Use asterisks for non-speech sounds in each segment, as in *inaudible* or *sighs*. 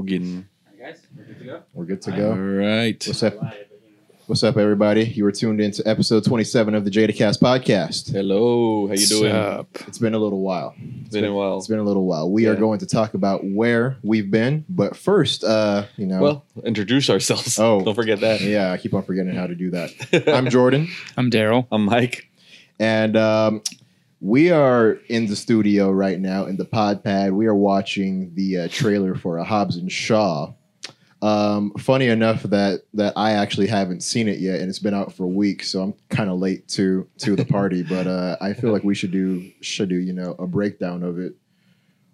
Hogan. guys, we're good to go. We're good to All go. right. What's up? What's up, everybody? You were tuned into episode 27 of the JadaCast podcast. Hello. How you doing? Sup? It's been a little while. it's been a while. It's been a little while. We are Yeah. going to talk about where we've been, but first, uh, you know, Well, introduce ourselves. Oh. don't forget that. yeah, I keep on forgetting how to *laughs* do that. I'm Jordan, I'm Daryl. I'm Mike. and um, we are in the studio right now in the pod pad. We are watching the uh, trailer for a Hobbs and Shaw. Um, funny enough that that I actually haven't seen it yet, and it's been out for a week, so I'm kind of late to to the party. but uh, I feel like we should do should do you know a breakdown of it.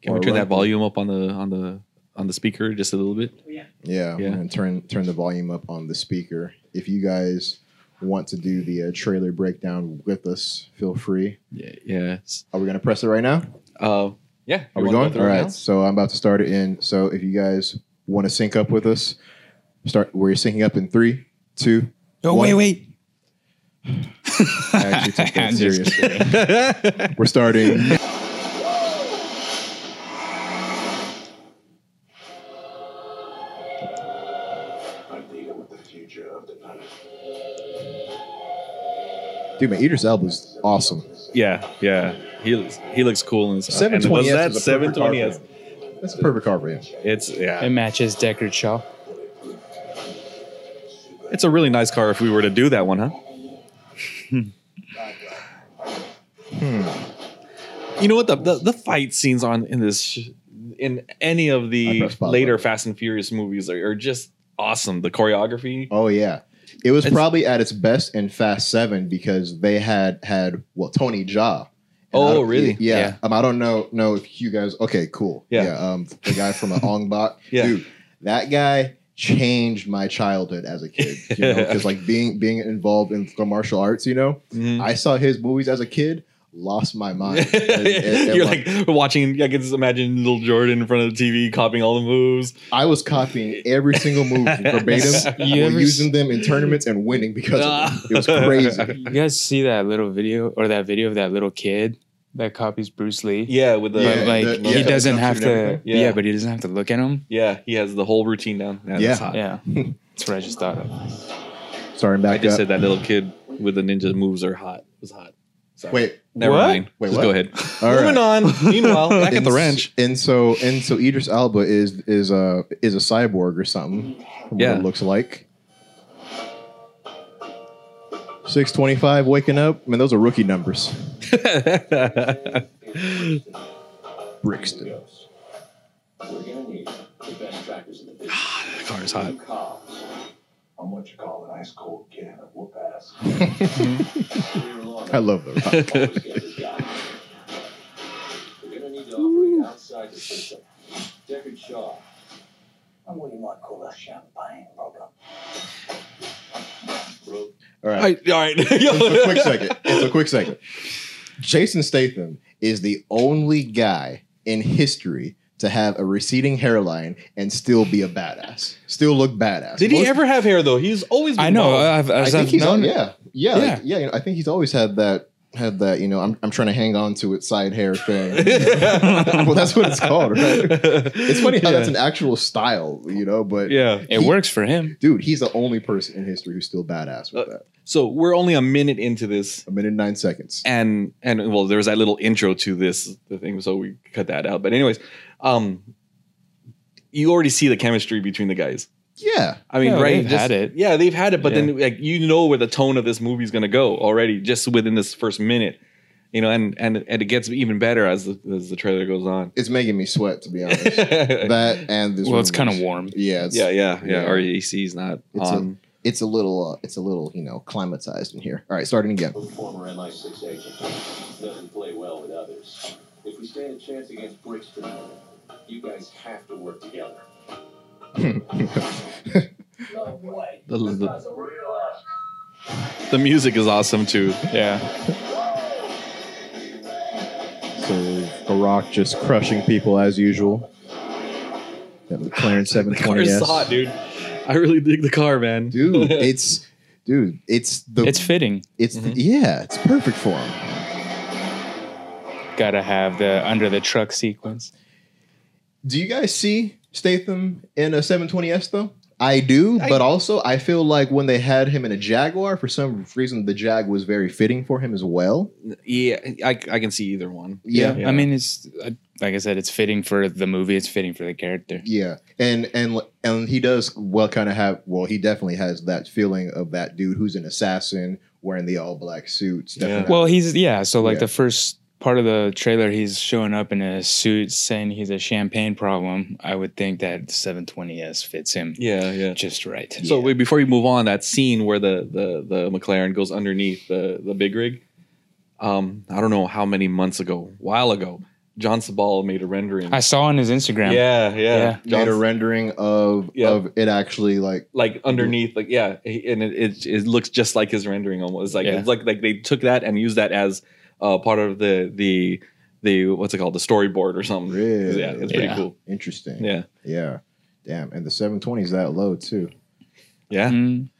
Can Or we turn right. that volume up on the on the on the speaker just a little bit? Yeah, Yeah. I'm gonna turn turn the volume up on the speaker. If you guys want to do the uh, trailer breakdown with us, feel free. Yeah. Yeah. It's- Are we gonna press it right now? Uh, yeah. Are You we wanna go going? through All it right. now? So I'm about to start it in. So if you guys want to sync up with us, start. We're syncing up in three, two. Oh, What? wait, wait. I actually took that *laughs* I'm just serious. *laughs* We're starting. I'm dealing with the future of the planet. Dude, man, Idris Elba's awesome. yeah. Yeah. He looks he looks cool in this. uh, Seven and twenty. Was that seven twenty? That's a perfect car for him. It's yeah. It matches Deckard Shaw. It's a really nice car if we were to do that one, huh? Hmm. You know what the, the the fight scenes on in this sh- in any of I the press pause later button. Fast and Furious movies are, are just awesome. The choreography. Oh yeah, it was It's- probably at its best in Fast Seven because they had had well Tony Jaa. And Oh, I don't- really? Yeah. Yeah. Um, I don't know. Know if you guys. Okay, cool. Yeah. um, the *laughs* guy from uh, Ong Bak. Yeah. Dude, that guy changed my childhood as a kid. *laughs* You know, because like being being involved in martial arts, you know, Mhm. I saw his movies as a kid, lost *laughs* my mind. And- and- and, You're like watching. I can just imagine little Jordan in front of the TV copying all the moves. I was copying every *laughs* single move verbatim, You ever using them in tournaments and winning because *laughs* of it. it was crazy. You guys see that little video or that video of that little kid that copies Bruce Lee? Yeah, with the Yeah, But like the- he yeah. doesn't Jumpsuit have and to. everything. Yeah. Yeah. but he doesn't have to look at him. yeah, he has the whole routine down. Yeah. that's hot. Yeah, that's what I just thought of. Starting back I just up. said that little kid with the ninja moves are hot. It was hot. Sorry. Wait, Never What? mind. Wait, Just what? go *laughs* ahead. All right. Moving on. *laughs* Meanwhile, back at the And s- ranch. And so and so Idris Alba is is a is a cyborg or something. From Yeah. What it looks like. 625 waking up. Man, those are rookie numbers. *laughs* Brixton. We're gonna need the best trackers in the business. that car is hot. Two cops. I'm what you call an ice cold can of whoop *laughs* ass. I *laughs* love the rock. We're gonna need to operate outside the system. Deckard Shaw. I'm what you might call a champagne broker. Broke. All All right. right. *laughs* All right. It's a quick second. It's a quick second. Jason Statham is the only guy in history to have a receding hairline and still be a badass. Still look badass. Did he Most- ever have hair though? He's always been I *laughs* know. bald. I've, I as think I've he's known, al- yeah, yeah, like, Yeah. yeah. you know, I think he's always had that had that. You know, I'm I'm trying to hang on to it side *laughs* hair thing. well, that's what it's called, right? It's funny how yeah. that's an actual style, you know. *laughs* But Yeah. it works for him. dude, he's the only person in history who's still badass with Uh, that. So we're only a minute into this, A minute and nine seconds. and and well, there was that little intro to this the thing, so we cut that out. But anyways, um, you already see the chemistry between the guys. Yeah, I mean, Yeah, right? they've had it. Yeah, they've had it, but Yeah. then like you know where the tone of this movie's going to go already, just within this first minute, you know, and and and it gets even better as the, as the trailer goes on. it's making me sweat to be *laughs* honest. yeah, *laughs* that and this. Well, it's room kind is- of warm. Yeah, it's, yeah, yeah, E Yeah. Our AC's not It's a- on. It's a little. Uh, it's a little. You know, climatized in here. All right, starting again. Former MI6 agent. Doesn't play well with others. If we stand a chance against Brixton, you guys have to work together. No way. The- This the- guy's a real ass. the music is awesome too. Yeah, So The Rock just crushing people as usual. That McLaren The car is 720S. hot, dude. I really dig the car, man. *laughs* dude *laughs* it's dude it's the it's Mm-hmm. fitting. it's the, yeah it's perfect for him Gotta have the under the truck sequence. do you guys see Statham in a 720S though? I do, I- but also I feel like when they had him in a Jaguar, for some reason the Jag was very fitting for him as well. Yeah, I, I can see either one. Yeah. Yeah. I mean, it's I- like I said, it's fitting for the movie. It's fitting for the character. Yeah, and and and he does well, kind of have well, he definitely has that feeling of that dude who's an assassin wearing the all black suit. stepping Yeah. out. Well, he's yeah. So like Yeah. the first part of the trailer, he's showing up in a suit, saying he's a champagne problem. I would think that 720s fits him Yeah, yeah. just right. So wait, before we move on, that scene where the the the McLaren goes underneath the the big rig, um, I don't know how many months ago, while ago, John Sabal made a rendering. I saw on his Instagram. yeah, yeah, Yeah. made a John- rendering of Yeah. of it actually like like underneath, like yeah, he- and it, it it looks just like his rendering almost. Like Yeah. it's like like they took that and used that as uh, part of the the the what's it called the storyboard or something. Really? Yeah, it's pretty Yeah. cool. interesting. Yeah, yeah, damn. And the 720 is that low too. yeah, Mm,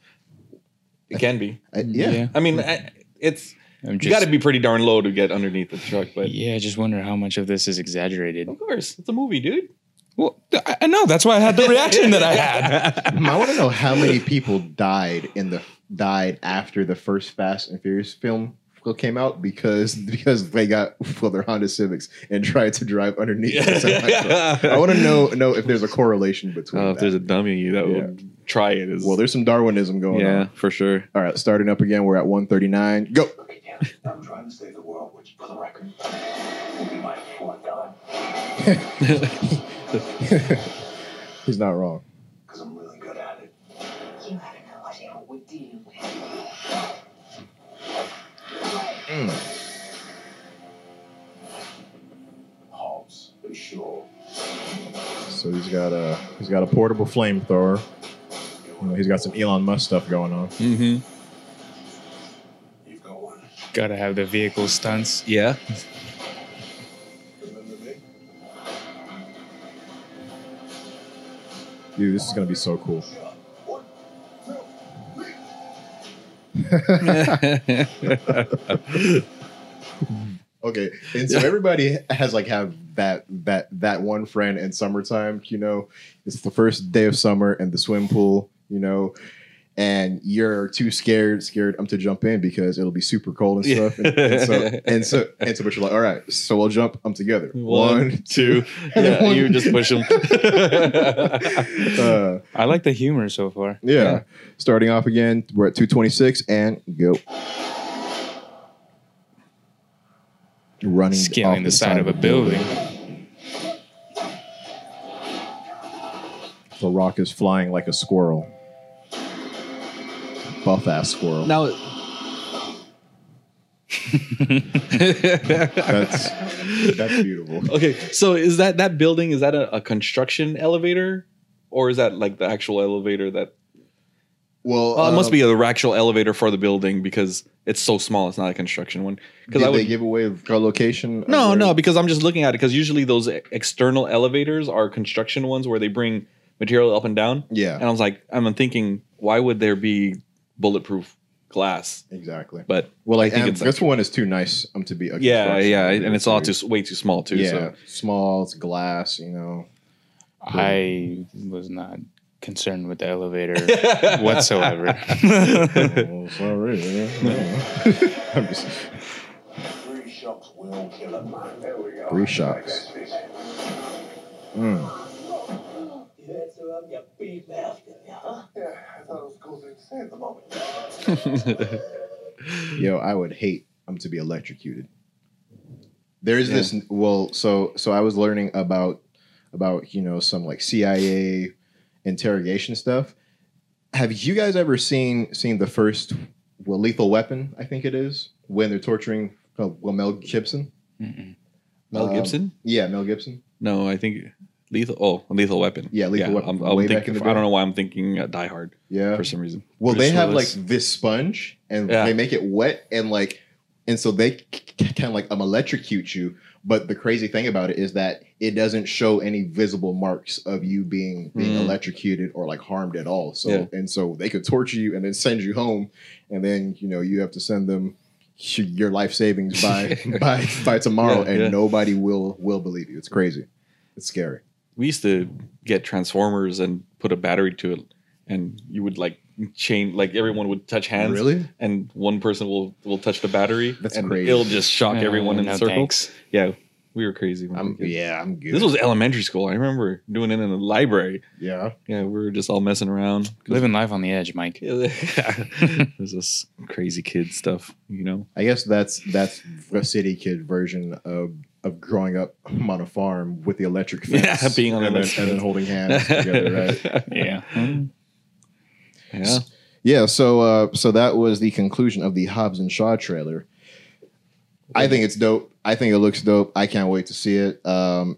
it can be. I, yeah. I mean, I, it's I'm you Mm. just, got to be pretty darn low to get underneath the truck, but yeah, I just wonder how much of this is exaggerated. of course, it's a movie, dude. Well, I, I know that's why I had the reaction that I had. *laughs* I want to know how many people died in the died after the first Fast and Furious film came out because because they got well their Honda Civics and tried to drive underneath. the semi-truck. *laughs* I want to know know if there's a correlation between. Oh, if that. there's a dummy that would try it, is well, there's some Darwinism going yeah, on. for sure. All right, starting up again. We're at 139. Go. *laughs* Okay, damn it. I'm trying to save the world, which, for the record, will be my fourth time. He's not wrong. Because I'm really good at it. You have no idea what we're dealing with. Mm. Hobbs, be sure. So he's got a he's got a portable flamethrower. You know, he's got some Elon Musk stuff going on. Mm-hmm. You've got one. Gotta have the vehicle stunts. Yeah, Remember me? Dude, this is gonna be so cool. Shot. One, two, three. *laughs* Okay, and so everybody has like have that that that one friend in summertime. You know, it's the first day of summer and the swim pool. You know, and you're too scared, scared um to jump in because it'll be super cold and Yeah. stuff. And, and so and so and so, but you're like, all right, so we'll jump um together. *laughs* one, two. And then Yeah, one- you just push *laughs* him. uh, I like the humor so far. yeah. starting off again. We're at two twenty six and go. Running off Scaling the side of a building. The rock is flying like a squirrel. Buff ass squirrel. now, *laughs* *laughs* That's that's beautiful. okay. So is that that building? Is that a, a construction elevator, or is that like the actual elevator that? Well, Oh, it must um, be the actual elevator for the building because it's so small. It's not a construction one. Did Because I they would give away the location? of No, where- no, because I'm just looking at it because usually those e- external elevators are construction ones where they bring material up and down. And Yeah, I was like, I'm thinking, why would there be bulletproof glass? exactly. But Well, like, I think and it's this one is too nice um, to be. A yeah, construction yeah, building, and it's all too s- way too small too. yeah, So. small. It's glass. You *laughs* know. I was not concerned with *laughs* the elevator whatsoever. well, Oh, sorry. yeah, no. *laughs* I'm just Three shots will kill a man. There we go. Three shots. mm. You had to have your big mouth, didn't you, huh? Yeah, I thought it was a cool thing to say at the moment. yo. I would hate um to be electrocuted. There is Yeah. this. Well, so so I was learning about about you know some like CIA interrogation stuff. Have you guys ever seen seen the first well, Lethal Weapon? I think it is when they're torturing uh, well Mel Gibson. Mm-mm. *laughs* Mel Um, Gibson? yeah, Mel Gibson. No, I think lethal. Oh, lethal weapon. Yeah, Lethal Weapon, I'm, way I'm back thinking, in the I day. don't know why I'm thinking uh, Die Hard Yeah, for some reason. Well, Bruce they have Willis. like this sponge, and Yeah. they make it wet, and like, and so they kind of like um electrocute you. But the crazy thing about it is that it doesn't show any visible marks of you being being Mm. electrocuted or like harmed at all. So Yeah. and so they could torture you and then send you home, and then you know you have to send them your life *laughs* savings by by by tomorrow, Yeah, and yeah. nobody will will believe you. It's crazy. It's scary. we used to get transformers and put a battery to it, and you would like chain like everyone would touch hands, Really? and Oh one person will will touch the battery. That's and crazy. It'll just shock Uh, everyone in no the circle. thanks. Yeah, we were crazy. When we I'm were kids. yeah, I'm good. This was elementary school. I remember doing it in the library. yeah. Yeah, we were just all messing around. *laughs* Living life on the edge, Mike. it was this crazy kid stuff, you know. I guess that's that's the city kid version of of growing up on a farm with the electric fence, Yeah, being on the and, then, electric and then fence. holding hands together, *laughs* right? Yeah. Yeah. Yeah, so uh, so that was the conclusion of the Hobbs and Shaw trailer. I think it's dope. I think it looks dope. I can't wait to see it. Um,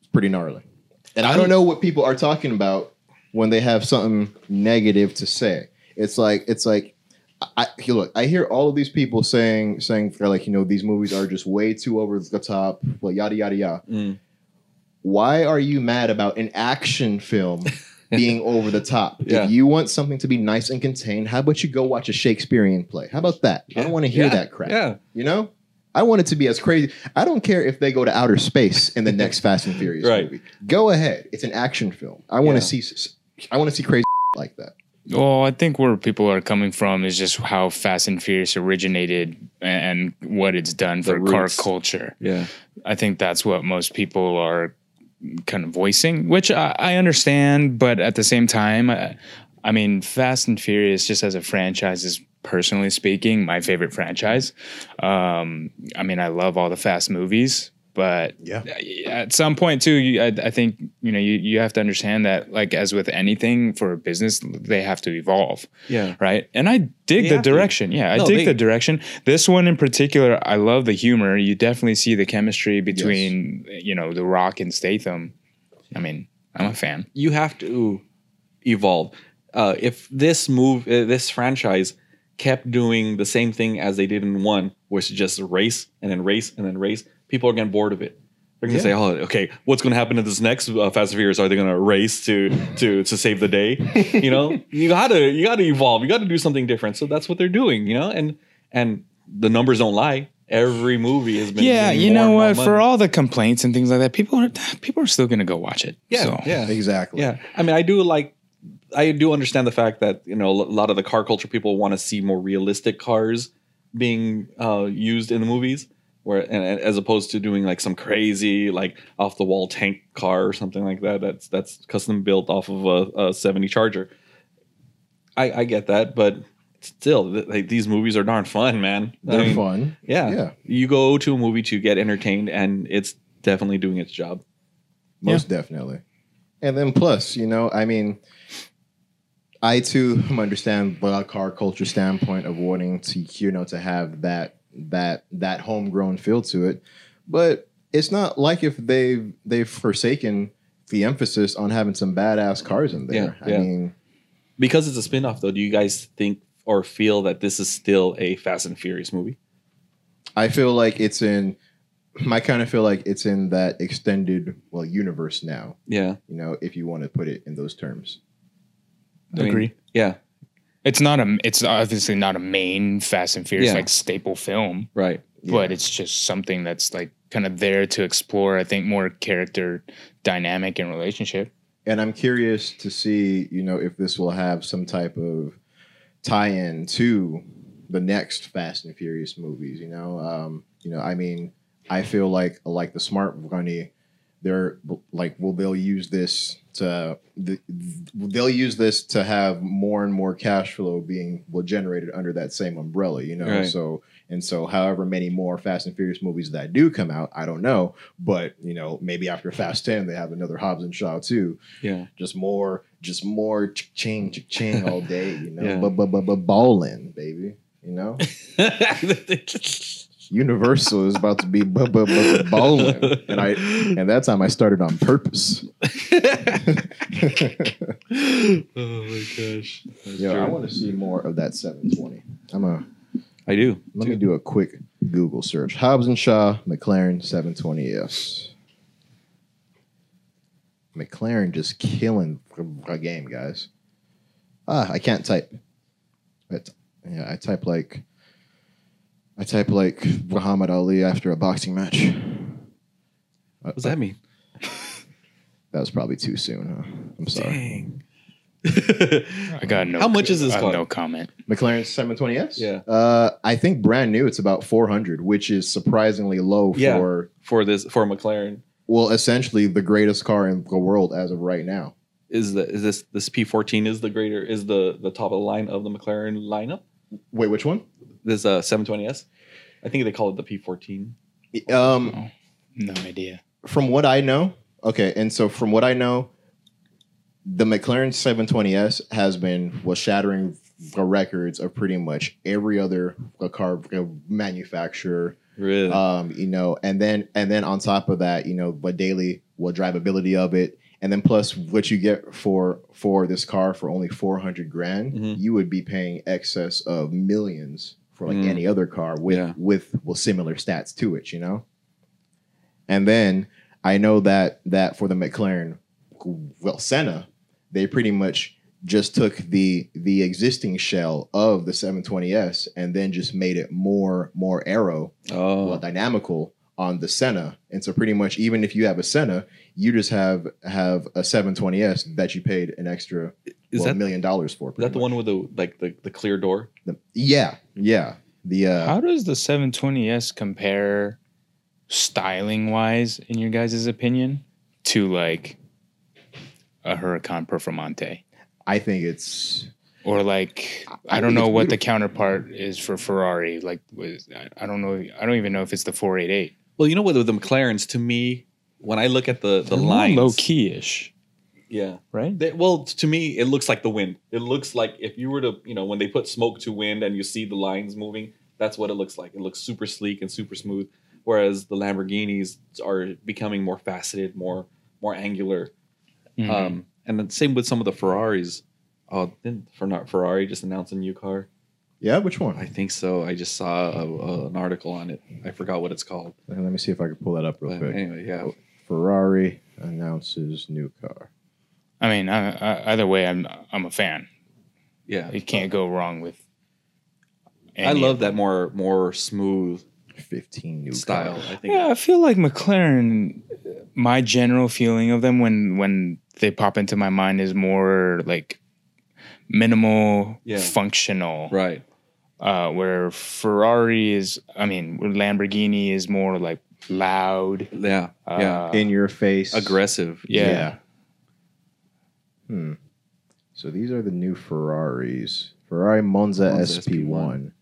it's pretty gnarly, and I don't know what people are talking about when they have something negative to say. It's like it's like I I- look. I hear all of these people saying saying like you know these movies are just way too over the top, like yada yada yada Mm. why are you mad about an action *laughs* film being over the top? Yeah. If you want something to be nice and contained, how about you go watch a Shakespearean play? How about that? I Yeah. don't want to hear Yeah. that crap. Yeah. You know? I want it to be as crazy. I don't care if they go to outer space in the next Fast and Furious *laughs* Right. movie. Go ahead. It's an action film. I want Yeah. to see I want to see crazy *laughs* like that. *laughs* Well, I think where people are coming from is just how Fast and Furious originated and and what it's done The for car roots. culture. Yeah. I think that's what most people are kind of voicing, which I, I understand, but at the same time, I, I mean, Fast and Furious, just as a franchise, is personally speaking my favorite franchise. Um, I mean, I love all the Fast movies, but Yeah. at some point too, you, I, I think you know you you have to understand that, like as with anything for a business, they have to evolve Yeah. right? And I dig They the have to. direction. Yeah, I No, dig they- the direction. This one in particular, I love the humor. You definitely see the chemistry between you know The Rock and Statham. I mean, I'm a fan. You have to evolve. Uh, if this move, uh, this franchise kept doing the same thing as they did in one, which is just race and then race and then race, people are getting bored of it. They're gonna Yeah. say, "Oh, okay, what's gonna happen in this next uh, Fast and Furious? Are they gonna race to to to save the day? You *laughs* know, you gotta you gotta evolve. You gotta do something different. So that's what they're doing. You know, and and the numbers don't lie. Every movie has been yeah, doing you more know and more what? For money. all the complaints and things like that, people are people are still gonna go watch it. yeah, so. yeah, Exactly. Yeah, I mean, I do like, I do understand the fact that you know a lot of the car culture people want to see more realistic cars being uh, used in the movies, where and, and as opposed to doing like some crazy like off the wall tank car or something like that. That's that's custom built off of a, a seventy Charger. I, I get that, but still, th- like these movies are darn fun, man. I They're mean, fun. Yeah. Yeah. you go to a movie to get entertained, and it's definitely doing its job. most definitely. And then plus, you know, I mean, I too *laughs* understand the car culture standpoint of wanting to, you know, to have that that that homegrown feel to it, but it's not like if they've they've forsaken the emphasis on having some badass cars in there. Yeah, yeah. I mean, because it's a spin-off though do you guys think or feel that this is still a fast and furious movie I feel like it's in. *clears throat* I kind of feel like it's in that extended well universe now. yeah You know, if you want to put it in those terms. I mean, Agree. yeah It's not a. It's obviously not a main Fast and Furious Yeah. like staple film, right but it's just something that's like kind of there to explore. I think more character dynamic and relationship. and I'm curious to see, you know, if this will have some type of tie-in to the next Fast and Furious movies. You know, um, you know, I mean, I feel like like the smart money, they're like, well, they'll use this to th- they'll use this to have more and more cash flow being well generated under that same umbrella. You know, Right. so and so, however many more Fast and Furious movies that do come out, I don't know, but you know, maybe after Fast Ten, they have another Hobbs and Shaw too *laughs* yeah just more, just more ching ching all day, you know. Yeah. But but but but balling, baby, you know. Universal is about to be bu- bu- bu- bu- balling, and I and that time I started on purpose. oh my gosh Yo, I want to see more of that 720. I'm a. i do Let me do a quick Google search: Hobbs and Shaw McLaren 720s. McLaren just killing a game, guys. Ah, I can't type. But yeah, I type like I type like Muhammad Ali after a boxing match. what does that mean That was probably too soon. Huh? I'm sorry. *laughs* Dang. I got no. How much is this I have car? No comment. McLaren 720S. Yeah. Uh, I think brand new. It's about 400, which is surprisingly low Yeah. for for this for McLaren well, essentially the greatest car in the world as of right now. is the is this this P14 is the greater is the the top of the line of the McLaren lineup. Wait, which one? This uh 720s. I think they call it the P14. Um, Oh, no idea. from what I know, okay, and so from what I know, the McLaren 720S has been was shattering the records of pretty much every other car uh, manufacturer Really? um, you know, and then and then on top of that, you know, what daily what drivability of it, and then plus what you get for for this car for only four hundred grand, Mhm. you would be paying excess of millions for like Mm. any other car with Yeah. with well similar stats to it, you know. And then I know that that for the McLaren, well Senna, they pretty much just took the the existing shell of the 720s and then just made it more more arrow oh. well, dynamical on the Senna. And so pretty much even if you have a Senna, you just have have a 720S that you paid an extra is well, that million dollars for. is that the one with the like the, the clear door? one? yeah, yeah. The uh, How does the 720S compare styling wise, in your guys' opinion, to like a Huracan Performante? I think it's Or like I I don't think know it's what the counterpart is for Ferrari. Like was, I- I don't know. I don't even know if it's the 488. Well, you know what with the McLarens to me when I look at the the lines low key ish, Yeah. right? They, well, to me, it looks like the wind. It looks like if you were to, you know, when they put smoke to wind and you see the lines moving, that's what it looks like. It looks super sleek and super smooth. Whereas the Lamborghinis are becoming more faceted, more more angular. Mm-hmm. Mhm. Um, and then same with some of the Ferraris. Oh, didn't for not Ferrari just announced a new car? yeah. Which one? I think so. I just saw a, a, an article on it. I forgot what it's called. Let me see if I can pull that up real But quick. anyway, yeah. Ferrari announces new car. I mean, I, I, either way, I'm I'm a fan. Yeah. You can't go wrong with. I any love of that more more smooth 15 new style. cars. I think Yeah, I feel like McLaren. My general feeling of them when when they pop into my mind is more like minimal, Yeah. functional. right. Uh, where Ferrari is, I mean, where Lamborghini is more like loud. Yeah. Uh, Yeah. In your face. aggressive. Yeah. Hmm. So these are the new Ferraris. Ferrari Monza, Monza SP1.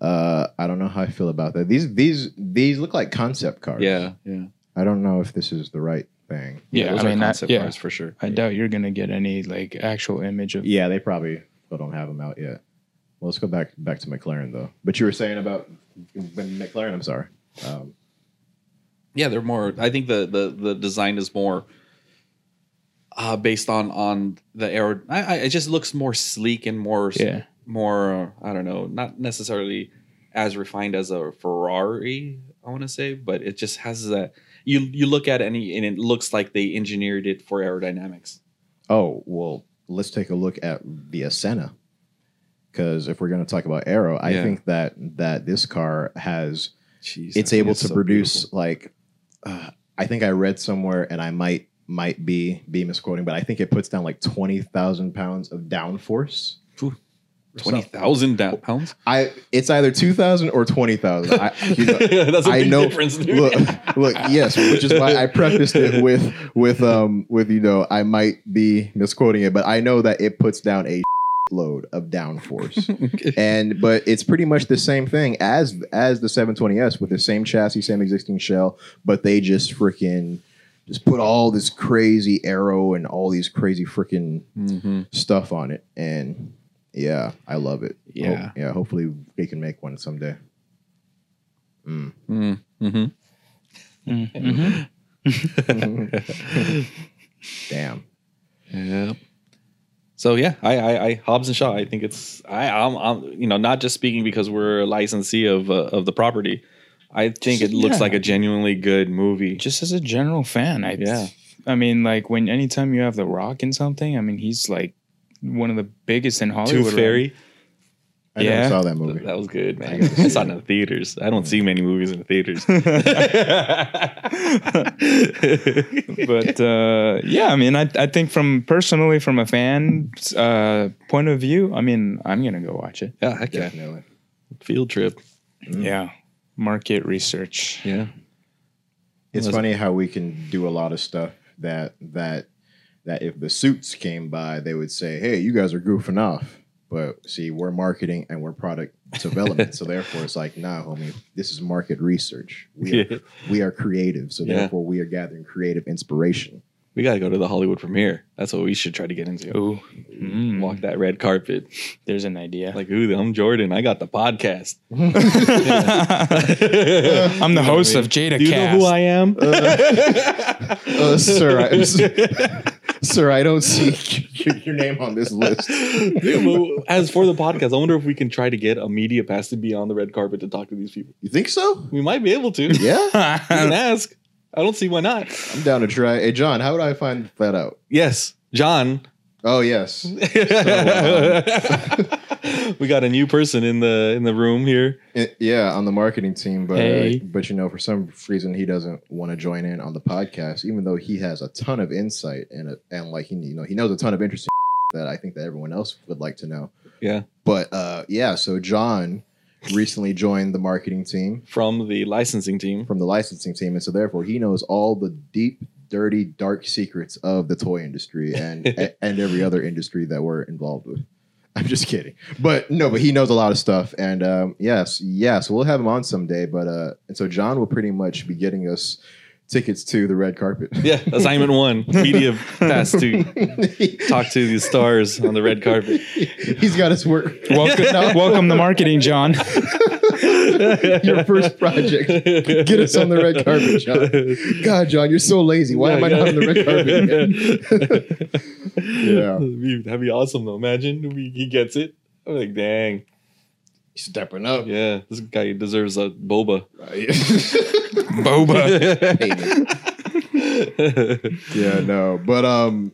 Uh, I don't know how I feel about that. These these these look like concept cars. Yeah, yeah, I don't know if this is the right thing. Yeah, Those I are mean, I- concept yeah. cars for sure. I doubt you're gonna get any like actual image of. Yeah, they probably still don't have them out yet. Well, let's go back back to McLaren though. But you were saying about McLaren. I'm sorry. Um, Yeah, they're more. I think the the the design is more uh based on on the aero. I, I it just looks more sleek and more Yeah. more. Uh, I don't know, not necessarily as refined as a Ferrari. I want to say, but it just has that. You you look at any and it looks like they engineered it for aerodynamics. Oh, well, let's take a look at the Senna. Because if we're going to talk about Aero, I Yeah. think that that this car has Jeez, it's I think able to so produce beautiful. like uh, I think I read somewhere, and I might might be be misquoting, but I think it puts down like twenty thousand pounds of downforce. Phew. Or twenty something. thousand pounds. I it's either two thousand or twenty thousand. I, you know, *laughs* That's a I big know- difference, dude. *laughs* look, look, yes, which is why I prefaced it with with um with you know I might be misquoting it, but I know that it puts down a *laughs* load *laughs* of downforce, and but it's pretty much the same thing as as the 720s with the same chassis, same existing shell, but they just freaking just put all this crazy arrow and all these crazy freaking hmm stuff on it, and yeah, I love it. Hope- Yeah. yeah. Hopefully, we can make one someday. Mm. Mm-hmm. Mhm. Damn. Mm-hmm. *laughs* Yeah. So yeah, I, I, I Hobbs and Shaw. I think it's I, I'm, I'm, you know, not just speaking because we're a licensee of uh, of the property. I think it Just- looks yeah. like a genuinely good movie. Just as a general fan, I Yeah. I mean, like when anytime you have The Rock in something, I mean, he's like one of the biggest in Hollywood. Tooth right? Fairy. I Yeah. never saw that movie. That was good, man. I saw it in the theaters. I don't see many movies in the *laughs* theaters. but uh, yeah, I mean, I, I think from personally from a fan's uh, point of view, I mean, I'm gonna go watch it. yeah, heck yeah. Definitely. Field trip. Mm. Yeah, market research. Yeah. It's Was- funny how we can do a lot of stuff that that that if the suits came by, they would say, "Hey, you guys are goofing off." But see, we're marketing and we're product development, *laughs* so therefore it's like, nah, homie, this is market research. We are, Yeah. we are creative, so Yeah. therefore we are gathering creative inspiration. We got to go to the Hollywood premiere. That's what we should try to get into. Ooh, Mm. Walk that red carpet. there's an idea. *laughs* Like, ooh, I'm Jordan. I got the podcast. *laughs* I'm the host of Jada. Do you know who I am? *laughs* Uh, sir, I, *laughs* sir, I don't see *laughs* your, your name on this list. Dude, well, As for the podcast, I wonder if we can try to get a media pass to be on the red carpet to talk to these people. You think *laughs* so? We might be able to. You Yeah, can Cast. ask. I don't see why not. I'm down to try. Hey, John, how would I find that out? Yes, John. Oh, yes. *laughs* we got a new person in the in the room here. It- yeah, on the marketing team, but uh, Hey. but you know, for some reason, he doesn't want to join in on the podcast, even though he has a ton of insight and a, and like he you know he knows a ton of interesting *laughs* that I think that everyone else would like to know. Yeah. but uh, yeah, so John recently joined the marketing team from the licensing team. from the licensing team, and so therefore he knows all the deep, dirty, dark secrets of the toy *laughs* industry and a- and every other industry that we're involved with. *laughs* I'm just kidding, but no, but he knows a lot of stuff, and um, yes, yes, we'll have him on someday. But uh, and so John will pretty much be getting us tickets to the red carpet. Yeah, *laughs* assignment one, media pass to talk to the stars on the red carpet. He's got his work. *laughs* Welcome, welcome to marketing, John. *laughs* Your *laughs* first project. Get us on the red carpet, John. *laughs* God, John, you're so lazy. Why am I not on the red carpet? Again? *laughs* carpet? *laughs* yeah, Yeah. that'd be, that'd be awesome though. Imagine we, he gets it. I'm like, dang, Stepping up. yeah, this guy deserves a boba. *laughs* Boba. *laughs* yeah, no, but um,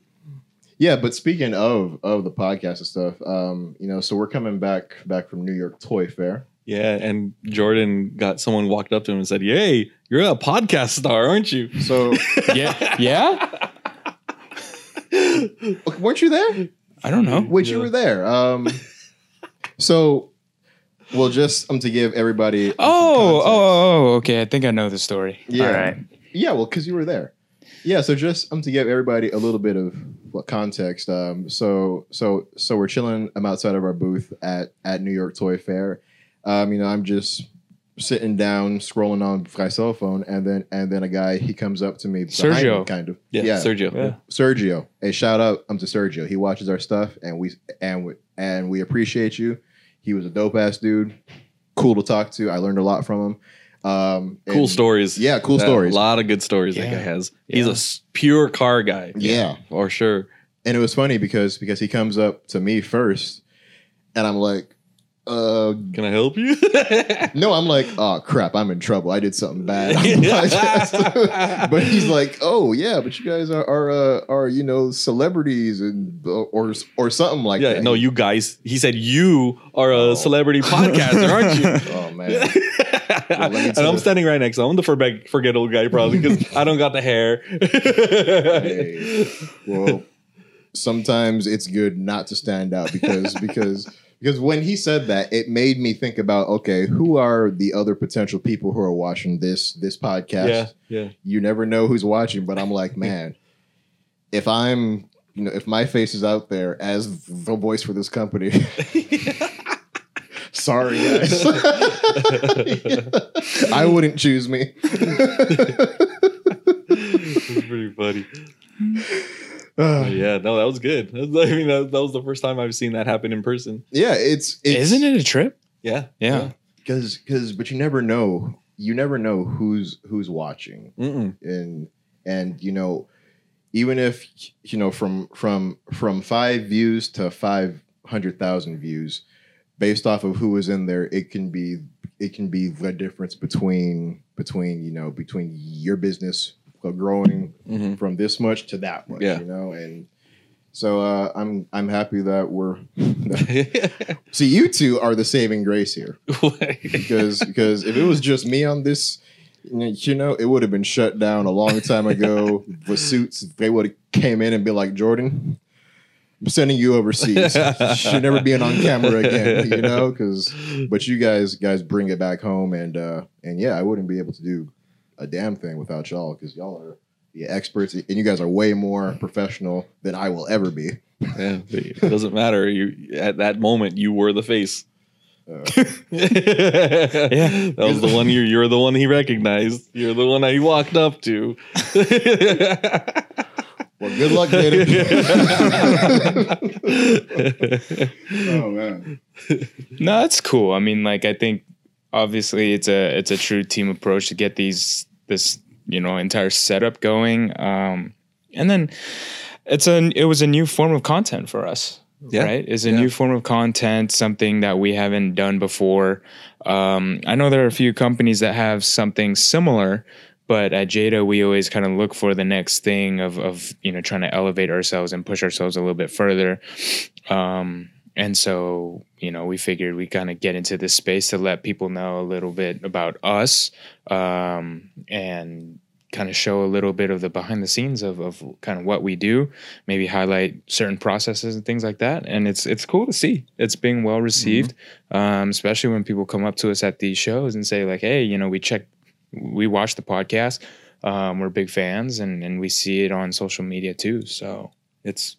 yeah, but speaking of of the podcast and stuff, um, you know, so we're coming back back from New York Toy Fair. yeah, and Jordan got someone walked up to him and said, "Yay, you're a podcast star, aren't you?" *laughs* So Yeah. Yeah. weren't you there? I don't know. Which you Yeah. were there. Um, so well, just um to give everybody. some Oh, oh, context. oh, oh, okay. I think I know the story. Yeah. All right. Yeah, well, because you were there. Yeah, so just um to give everybody a little bit of what context. Um, so so so we're chilling. I'm outside of our booth at at New York Toy Fair. Um, you know, I'm just sitting down, scrolling on my cell phone, and then and then a guy he comes up to me, behind me, Sergio. kind of. Yeah, Sergio. Yeah. Sergio. Hey, shout out um to Sergio. He watches our stuff, and we and we, and we appreciate you. He was a dope ass dude. Cool to talk to. I learned a lot from him. Um, Cool and- stories. Yeah, cool Yeah, stories. A lot of good stories that Yeah. guy has. He's a Yeah. s- pure car guy. Yeah. For sure. and it was funny because because he comes up to me first and i'm like uh Can I help *laughs* you? no i'm like oh crap i'm in trouble i did something bad *laughs* on the podcast. but he's like *laughs* oh yeah but you guys are are uh, are you know celebrities and uh, or or something like *laughs* yeah, that no, you guys. He said you are a Oh. *laughs* celebrity podcaster, aren't you? oh *laughs* man let me and tell I'm you. standing right next to him. I'm the forbe- forgettable guy, probably, because I don't got the hair. Hey. well sometimes it's good not to stand out because because because when he said that it made me think about okay who are the other potential people who are watching this this podcast Yeah, *laughs* yeah. you never know who's watching but i'm *laughs* like man if i'm you know if my face is out there as the voice for this *laughs* company sorry guys *laughs* i wouldn't choose *laughs* me It's pretty funny. Uh, But yeah, no, that was good. *laughs* That was- I mean, that, that was the first time I've seen that happen in person. yeah it's, it's Isn't it a trip? Yeah, Yeah. because because but you never know you never know who's who's watching Mm-mm. and and you know even if you know from from from five views to five hundred thousand views based off of who is in there it can be it can be the difference between between you know between your business growing Mhm. from this much to that much Yeah. you know and so uh, i'm i'm happy that we're *laughs* Mm-hmm. *laughs* See, you two are the saving grace here because because if it was just me on this, you know, it would have been shut down a long time ago. with suits, they would have came in and be like, Jordan, I'm sending you overseas. You're never being on camera again, you know, because but you guys guys bring it back home and uh and yeah, I wouldn't be able to do a damn thing without y'all because y'all are the experts and you guys are way more professional than I will ever be. Yeah, but it doesn't matter. You at that moment you were the face. *laughs* Uh, yeah, that was the one you. You're the one he recognized. You're the one I walked up to. well, good luck *laughs* *laughs* getting. Oh man. No, that's cool. I mean, like I think obviously it's a it's a true team approach to get these this you know entire setup going, um, and then it's a it was a new form of content for us. Yeah. Right, it's a Yeah. new form of content, something that we haven't done before. Um, I know there are a few companies that have something similar, but at Jada, we always kind of look for the next thing of of you know trying to elevate ourselves and push ourselves a little bit further. Um, and so, you know, we figured we kind of get into this space to let people know a little bit about us um, and kind of show a little bit of the behind the scenes of, of kind of what we do, maybe highlight certain processes and things like that. And it's it's cool to see. It's being well received, um, especially when people come up to us at these shows and say like, hey, you know, we check, we watch the podcast. Um, we're big fans and, and we see it on social media too. So it's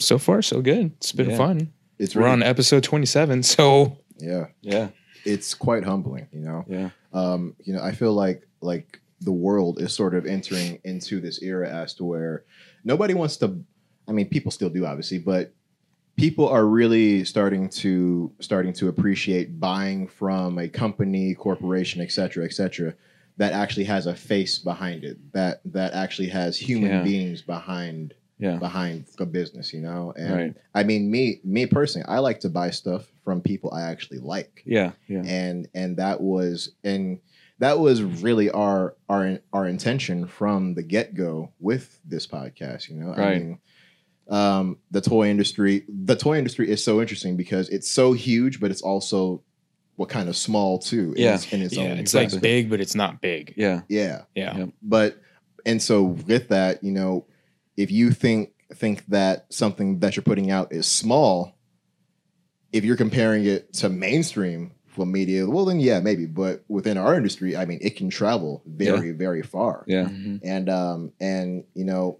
so far so good. It's been Yeah. fun it's we're really- on episode 27 so Yeah, *laughs* yeah, it's quite humbling, you know. yeah, um, you know, I feel like like the world is sort of entering into this era as to where nobody wants to. I mean, people still do, obviously, but people are really starting to starting to appreciate buying from a company, corporation, et cetera, et cetera, that actually has a face behind it, that that actually has human Yeah. beings behind yeah. behind a business, you know. And Right. I mean, me me personally, I like to buy stuff from people I actually like Yeah, yeah, and and that was and that was really our our our intention from the get go with this podcast. You know, I Right. mean, um, the toy industry the toy industry is so interesting because it's so huge, but it's also what kind of small too. in Yeah. its- in its yeah own it's Exactly. like big but it's not big yeah. yeah yeah Yeah. but and so with that you know if you think think that something that you're putting out is small if you're comparing it to mainstream well media well then yeah maybe but within our industry i mean it can travel very very far Yeah. Mhm. and um and you know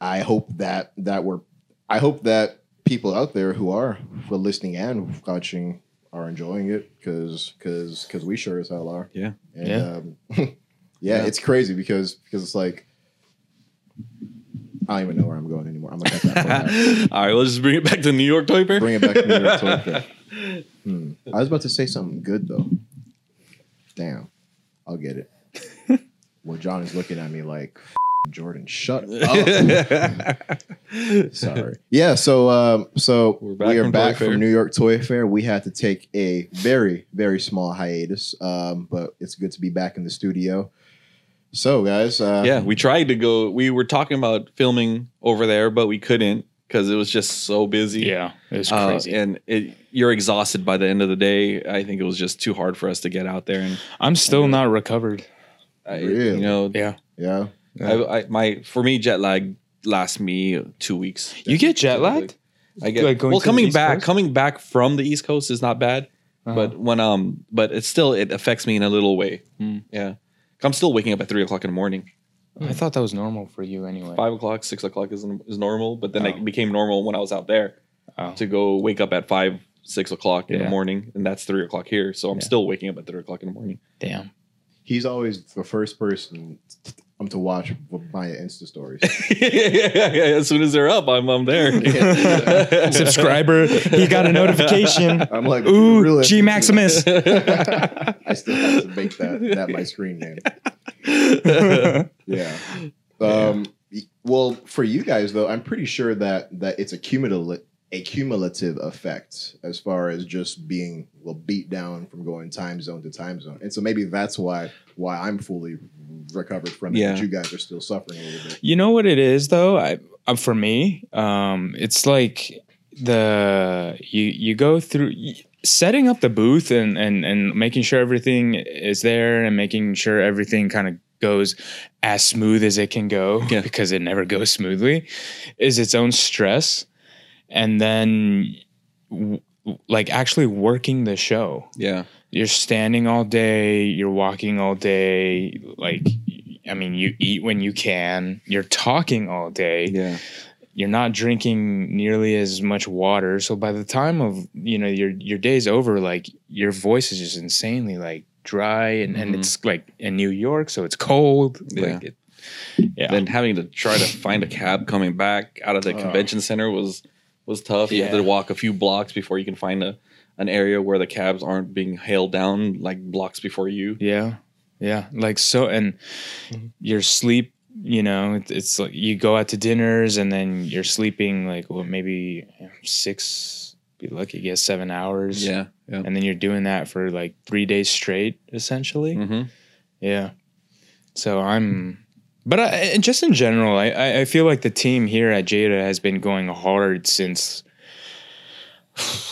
i hope that that we're i hope that people out there who are who are listening and watching are enjoying it because because because we sure as hell are Yeah. and Yeah. um *laughs* yeah, Yeah. it's crazy because because it's like i don't even know where i'm going anymore i'm gonna cut that *laughs* part out. All right, let's just bring it back to New York Toy Fair. bring it back to New York Toy Fair. Hmm. i was about to say something good though damn i'll get *laughs* it well john is looking at me like "F- *laughs* jordan shut up Sorry. *laughs* Yeah. So, um, so We're back we are from Toy back Fair. from New York Toy Fair. We had to take a very, very small hiatus, um, but it's good to be back in the studio. So, guys, uh, *laughs* yeah, we tried to go. We were talking about filming over there, but we couldn't because it was just so busy. yeah it was Uh, crazy and it, you're exhausted by the end of the day. I think it was just too hard for us to get out there, and i'm still not recovered I, Really? you know, yeah yeah, I, I, my for me jet lag lasts me two weeks. you get jet lagged I get Like going well to the coming East back Coast? coming back from the East Coast is not bad, Uh-huh. but when um but it still it affects me in a little way. Hmm. Yeah, I'm still waking up at three o'clock in the morning. i thought that was normal for you anyway five o'clock, six o'clock is, is normal, but then Oh. it became normal when I was out there Oh. to go wake up at five, six o'clock in Yeah. the morning, and that's three o'clock here. So I'm Yeah. still waking up at three o'clock in the morning. *laughs* damn *laughs* he's always the first person um, to watch my Insta *laughs* stories. as soon as they're up, I'm, I'm there. *laughs* subscriber he got *laughs* a notification I'm like, ooh really? g maximus I still have to make that that my screen name. yeah. Um, y- Well, for you guys though, I'm pretty sure that that it's a cumulative a cumulative effect as far as just being well beat down from going time zone to time zone, and so maybe that's why why I'm fully recovered from it. Yeah. But you guys are still suffering a little bit. You know what it is though? I uh, for me, um, it's like the you you go through y- setting up the booth and and and making sure everything is there and making sure everything kind of goes as smooth as it can go Yeah. *laughs* because it never goes smoothly is its own stress and then w- like actually working the show Yeah. you're standing all day, you're walking all day, like I mean, you eat when you can, you're talking all day, Yeah. you're not drinking nearly as much water. So by the time of you know your your day's over, like your voice is just insanely like dry and, and Mhm. it's like in New York, so it's cold. Yeah. Like it, yeah. Then having to try to find a cab coming back out of the Oh. convention center was was tough. You have Yeah. to walk a few blocks before you can find a an area where the cabs aren't being hailed down like blocks before you. Yeah. Yeah. Like so and your sleep, you know, it, it's like you go out to dinners and then you're sleeping like well, maybe um, six be lucky, I guess seven hours. Yeah. Yeah. And then you're doing that for like three days straight, essentially. hmm Yeah. So I'm but I I- just in general, I- I, I feel like the team here at Jada has been going hard since *sighs*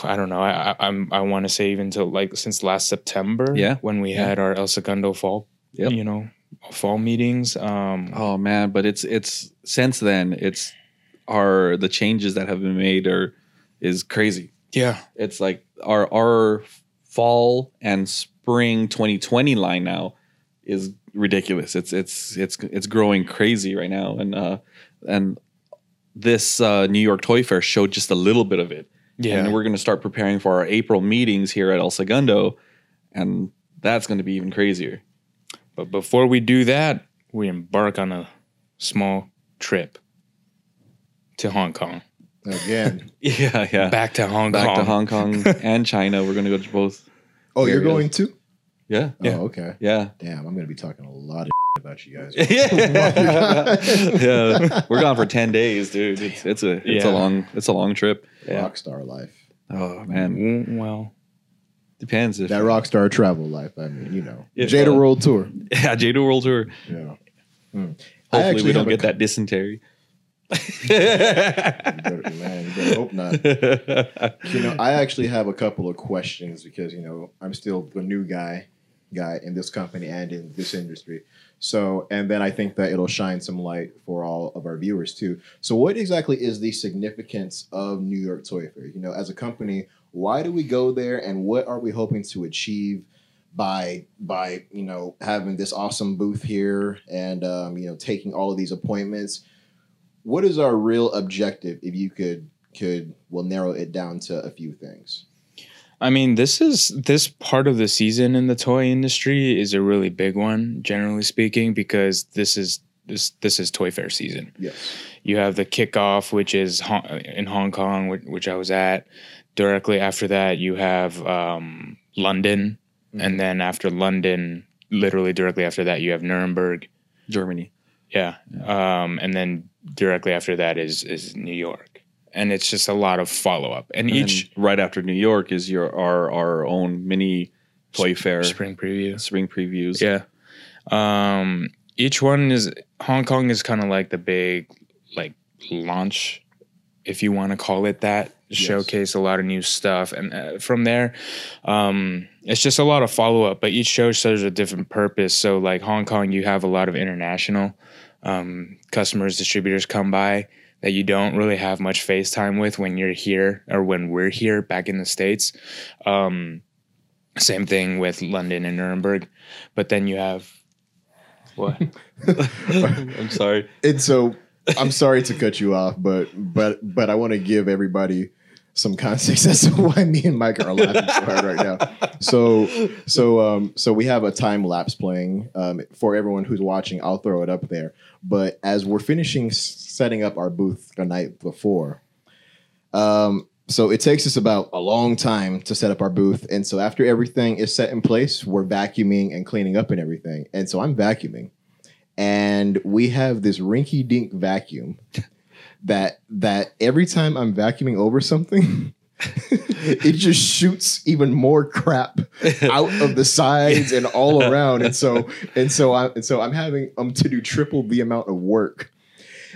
I don't know. I, I I'm I want to say even till like since last September. Yeah. when we Yeah. had our El Segundo fall, Yep. you know, fall meetings. Um, Oh man, but it's it's since then it's are the changes that have been made are is crazy. yeah, It's like our our fall and spring 2020 line now is ridiculous. It's it's it's it's growing crazy right now, and uh, and this uh, New York Toy Fair showed just a little bit of it. yeah, and we're going to start preparing for our April meetings here at El Segundo, and that's going to be even crazier. But before we do that, we embark on a small trip to Hong Kong. *laughs* Again. Yeah, yeah. Back to Hong back Kong. to Hong Kong and China. We're going to go to both. Oh, you're There it is. going too? Yeah, Yeah. Oh, okay. yeah, Damn, I'm gonna be talking a lot of *laughs* about you guys. *laughs* *laughs* yeah. yeah. We're gone for ten days, dude. It's, it's a it's Yeah. a long it's a long trip. Yeah. Rockstar life. Oh man, Mm, Well, depends if That rockstar travel life. I mean, you know, If, Jada uh, World Tour. *laughs* yeah, Jada World Tour. Yeah. Hmm. I Hopefully, actually we don't have a get *laughs* that dysentery. You better, man, you better hope not. You know, I actually have a couple of questions because you know I'm still the new guy, guy in this company and in this industry. So, and then I think that it'll shine some light for all of our viewers too. So, what exactly is the significance of New York Toy Fair? You know, as a company, why do we go there, and what are we hoping to achieve by by you know having this awesome booth here and um, you know taking all of these appointments? What is our real objective? If you could could will narrow it down to a few things. I mean, this is this part of the season in the toy industry is a really big one, generally speaking, because this is this this is Toy Fair season. Yes. you have the kickoff, which is Hon- in Hong Kong, which, which I was at. Directly after that, you have um, London, and then after London, literally directly after that, you have Nuremberg. Germany. Yeah, um, and then directly after that is is New York, and it's just a lot of follow up. And each And right after New York is your our our own mini toy fair spring, spring preview, previews. yeah. Um, each one is Hong Kong is kind of like the big like launch if you want to call it that Yes. showcase a lot of new stuff and uh, from there um, it's just a lot of follow-up but each show serves a different purpose so like hong kong you have a lot of international um, customers distributors come by that you don't really have much face time with when you're here or when we're here back in the states um, same thing with london and nuremberg but then you have what *laughs* I'm *laughs* sorry. And so I'm sorry to cut you off, but but but I want to give everybody some context *laughs* as to why me and Mike are laughing so hard right now. So so um so we have a time lapse playing um for everyone who's watching. I'll throw it up there. But as we're finishing s- setting up our booth the night before, um so it takes us about a long time to set up our booth and so after everything is set in place we're vacuuming and cleaning up and everything and so i'm vacuuming and we have this rinky *laughs* dink vacuum that that every time I'm vacuuming *laughs* over something, it just shoots even more crap out of the sides *laughs* and all around. And so and so I and so I'm having um to do triple the amount of work.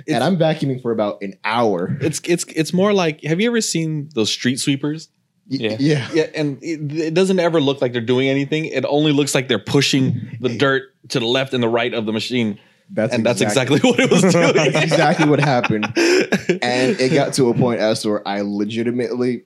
It's- and I'm vacuuming for about an hour. It's it's it's more like have you ever seen those street sweepers? Y- Yeah. yeah. Yeah, and it, it doesn't ever look like they're doing anything. It only looks like they're pushing the dirt to the left and the right of the machine, That's and that's exactly *laughs* what it *laughs* was that's doing. exactly what happened. *laughs* And *laughs* it got to a point as to where I legitimately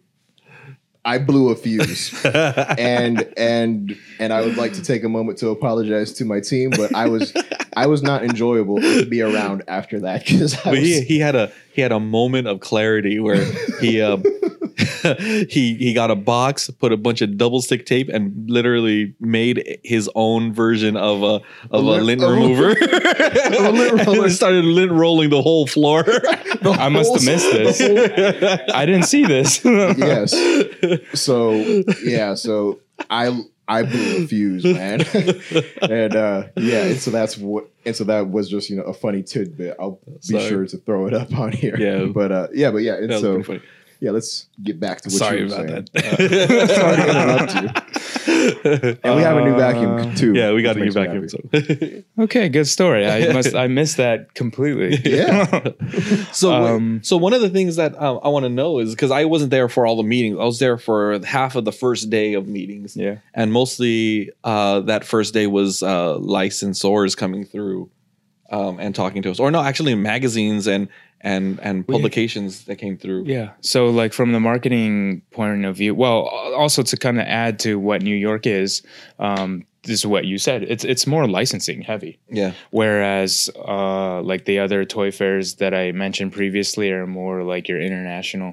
I blew a fuse. and and and I would like to take a moment to apologize to my team, but I was I was not enjoyable to be around after that because I but was he, he had a he had a moment of clarity where he um, *laughs* he he got a box, put a bunch of double stick tape, and literally made his own version of a of a, A lint- lint a- remover. *laughs* *laughs* a lint And roller. started lint rolling the whole floor. *laughs* I must have *laughs* missed this. I didn't see this. *laughs* yes. *laughs* So yeah, so I I blew a fuse, man. *laughs* and uh yeah, and so that's what and so that was just, you know, a funny tidbit. I'll be Sorry. sure to throw it up on here. Yeah. But uh yeah, but yeah, That and was so pretty funny. yeah, let's get back to what Sorry you were about saying. that. Sorry to interrupt you. *laughs* And we have a new vacuum Uh, too. Yeah, we which got a new makes me vacuum. happy. *laughs* So, okay, good story. *laughs* I must I missed that completely. *laughs* Yeah. so, wait, Um, so one of the things that um, I want to know is because I wasn't there for all the meetings. I was there for half of the first day of meetings, yeah. and mostly uh, that first day was uh, licensors coming through um, and talking to us, or no, actually magazines and and and We- publications that came through. Yeah. So, like from the marketing point of view, well, al- also to kind of add to what New York is, um, this is what you said. It's it's more licensing heavy, yeah, whereas uh, like the other toy fairs that I mentioned previously are more like your international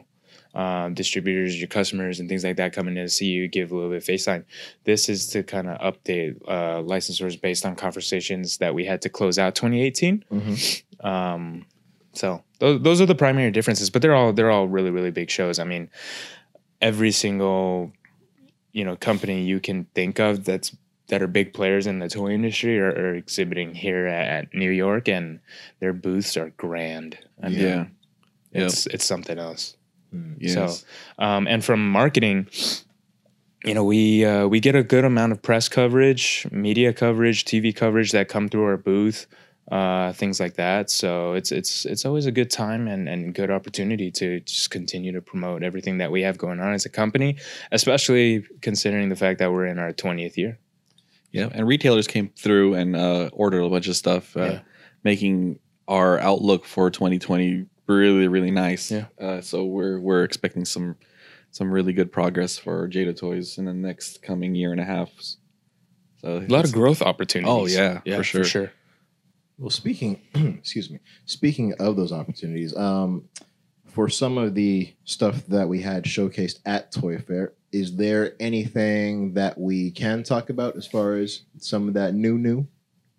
um, distributors, your customers, and things like that coming to see you, give a little bit of FaceTime. This is to kind of update uh, licensors based on conversations that we had to close out 2018. Mm-hmm. Um, so those those are the primary differences, but they're all they're all really really big shows. I mean, every single you know company you can think of that's that are big players in the toy industry are, are exhibiting here at, at New York, and their booths are grand. I mean, Yeah. it's it's something else. Yes. So, um, and from marketing, you know, we uh, we get a good amount of press coverage, media coverage, TV coverage that come through our booth, uh, things like that. So it's it's it's always a good time and and good opportunity to just continue to promote everything that we have going on as a company, especially considering the fact that we're in our twentieth year. Yeah, and retailers came through and uh, ordered a bunch of stuff, uh, Yeah. making our outlook for 2020 really, really nice. Yeah. Uh, so we're we're expecting some some really good progress for Jada Toys in the next coming year and a half. So A lot of growth opportunities. Oh, yeah, for sure. Well, speaking, *clears throat* excuse me. Speaking of those opportunities, um, for some of the stuff that we had showcased at Toy Fair, is there anything that we can talk about as far as some of that new new?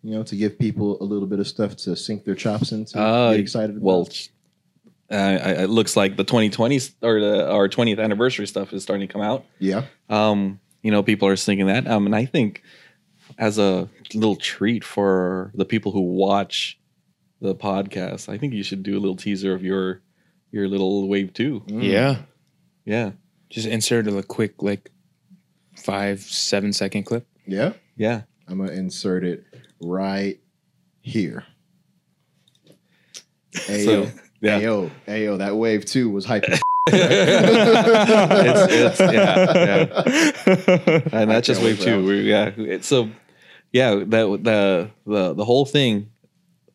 You know, to give people a little bit of stuff to sink their chops into, Uh, get excited. well. about. Uh, I- it looks like the 2020 s- or the, our 20th anniversary stuff is starting to come out. yeah, Um, you know, people are thinking that. Um, and I think as a little treat for the people who watch the podcast, I think you should do a little teaser of your your little wave two. Mm. Yeah, Yeah, just insert a quick like five seven second clip. yeah. yeah. I'm gonna insert it right here. Ayo, yeah. ayo, ayo. That wave two *laughs* was hyping. It's- it's- yeah, *laughs* And I that's just can't wave wait for two. We're, yeah. It's so yeah, that the the the whole thing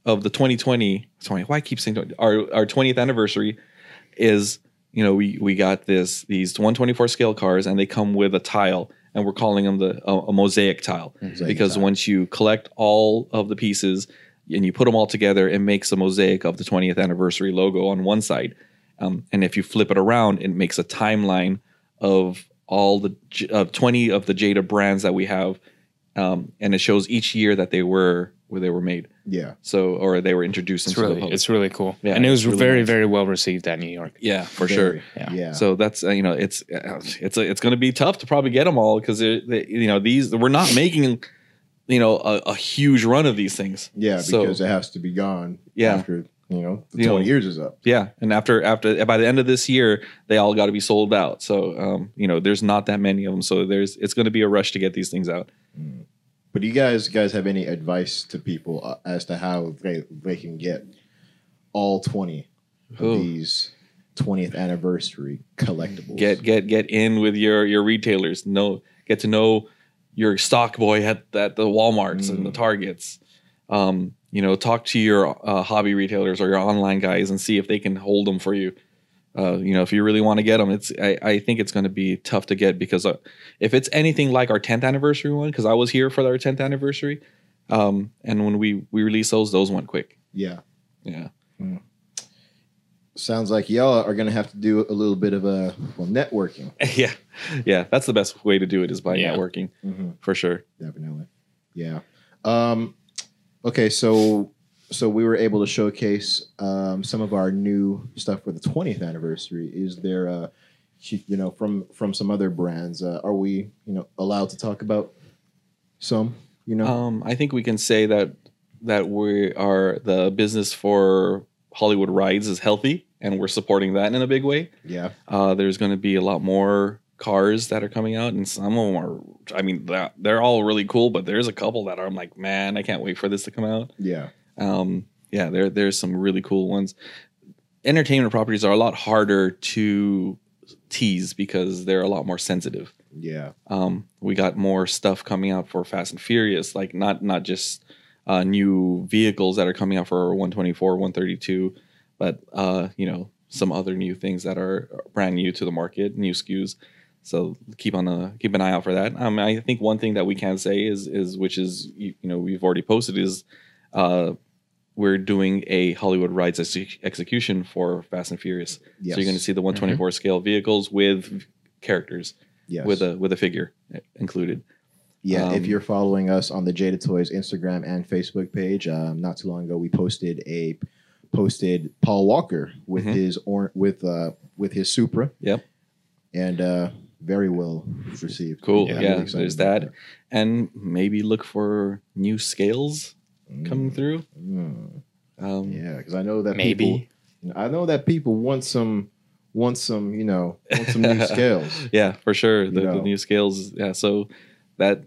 of the 2020 sorry, why I keep saying 20 our our 20th anniversary is you know we we got this these 124 scale cars and they come with a tile and we're calling them the a, a mosaic tile Mosaic because tile. once you collect all of the pieces and you put them all together it makes a mosaic of the 20th anniversary logo on one side um, and if you flip it around it makes a timeline of all the J- of 20 of the jada brands that we have um, and it shows each year that they were where they were made Yeah. so or they were introduced It's into the really, public. it's really cool. Yeah, and it was it's really very, nice. very well received at New York. yeah for sure Very. Yeah. Yeah. So that's uh, you know it's uh, it's uh, it's going to be tough to probably get them all because they, you know these we're not making you know a, a huge run of these things. yeah, So- because it has to be gone Yeah. after, you know, the You 20 know. years is up. Yeah, and after after by the end of this year, they all got to be sold out. So um, you know there's not that many of them. So there's it's going to be a rush to get these things out. But do you guys guys have any advice to people uh, as to how they, they can get all twenty of Ooh. these twentieth anniversary collectibles. Get get get in with your your retailers. Know get to know your stock boy at at the WalMarts and the Mm. Targets. Um, you know, talk to your uh, hobby retailers or your online guys and see if they can hold them for you. Uh, you know, if you really want to get them, it's I, I think it's going to be tough to get because uh, if it's anything like our 10th anniversary one, because I was here for our 10th anniversary, um, and when we we released those, those went quick. yeah. Yeah, Sounds like y'all are gonna have to do a little bit of a well networking. yeah, yeah. That's the best way to do it is by Yeah. networking Mm-hmm. for sure. Definitely. Yeah. Um, okay, so so we were able to showcase um, some of our new stuff for the 20th anniversary. Is there, uh, you know, from from some other brands? Uh, are we, you know, allowed to talk about some? You know, Um, I think we can say that that we are the business for Hollywood rides is healthy, and we're supporting that in a big way. yeah, Uh, there's going to be a lot more cars that are coming out, and some of them are. I mean, that- they're all really cool, but there's a couple that I'm like, man, I can't wait for this to come out. yeah, Um, yeah, there there's some really cool ones. Entertainment properties are a lot harder to tease because they're a lot more sensitive yeah, um, we got more stuff coming out for Fast and Furious, like not not just uh, new vehicles that are coming out for 124, 132, but uh, you know some other new things that are brand new to the market, new SKUs. So keep on the keep an eye out for that. Um, I think one thing that we can say is is which is you, you know we've already posted is uh, we're doing a Hollywood rides exe- execution for Fast and Furious. yes. So you're going to see the 124 scale vehicles with characters yes. with a with a figure eh, included. Yeah, if Um, you're following us on the Jada Toys Instagram and Facebook page, um, not too long ago we posted a posted Paul Walker with Mhm. his or with uh with his Supra. Yep. and uh, very well received. Cool. Yeah. Yeah, really excited there's about that. and maybe look for new scales Mm, coming through. mm, Um, *laughs* yeah, because I know that Maybe. people, I know that people want some want some you know want some *laughs* new scales. yeah, for sure. The, You know. the new scales. Yeah, so that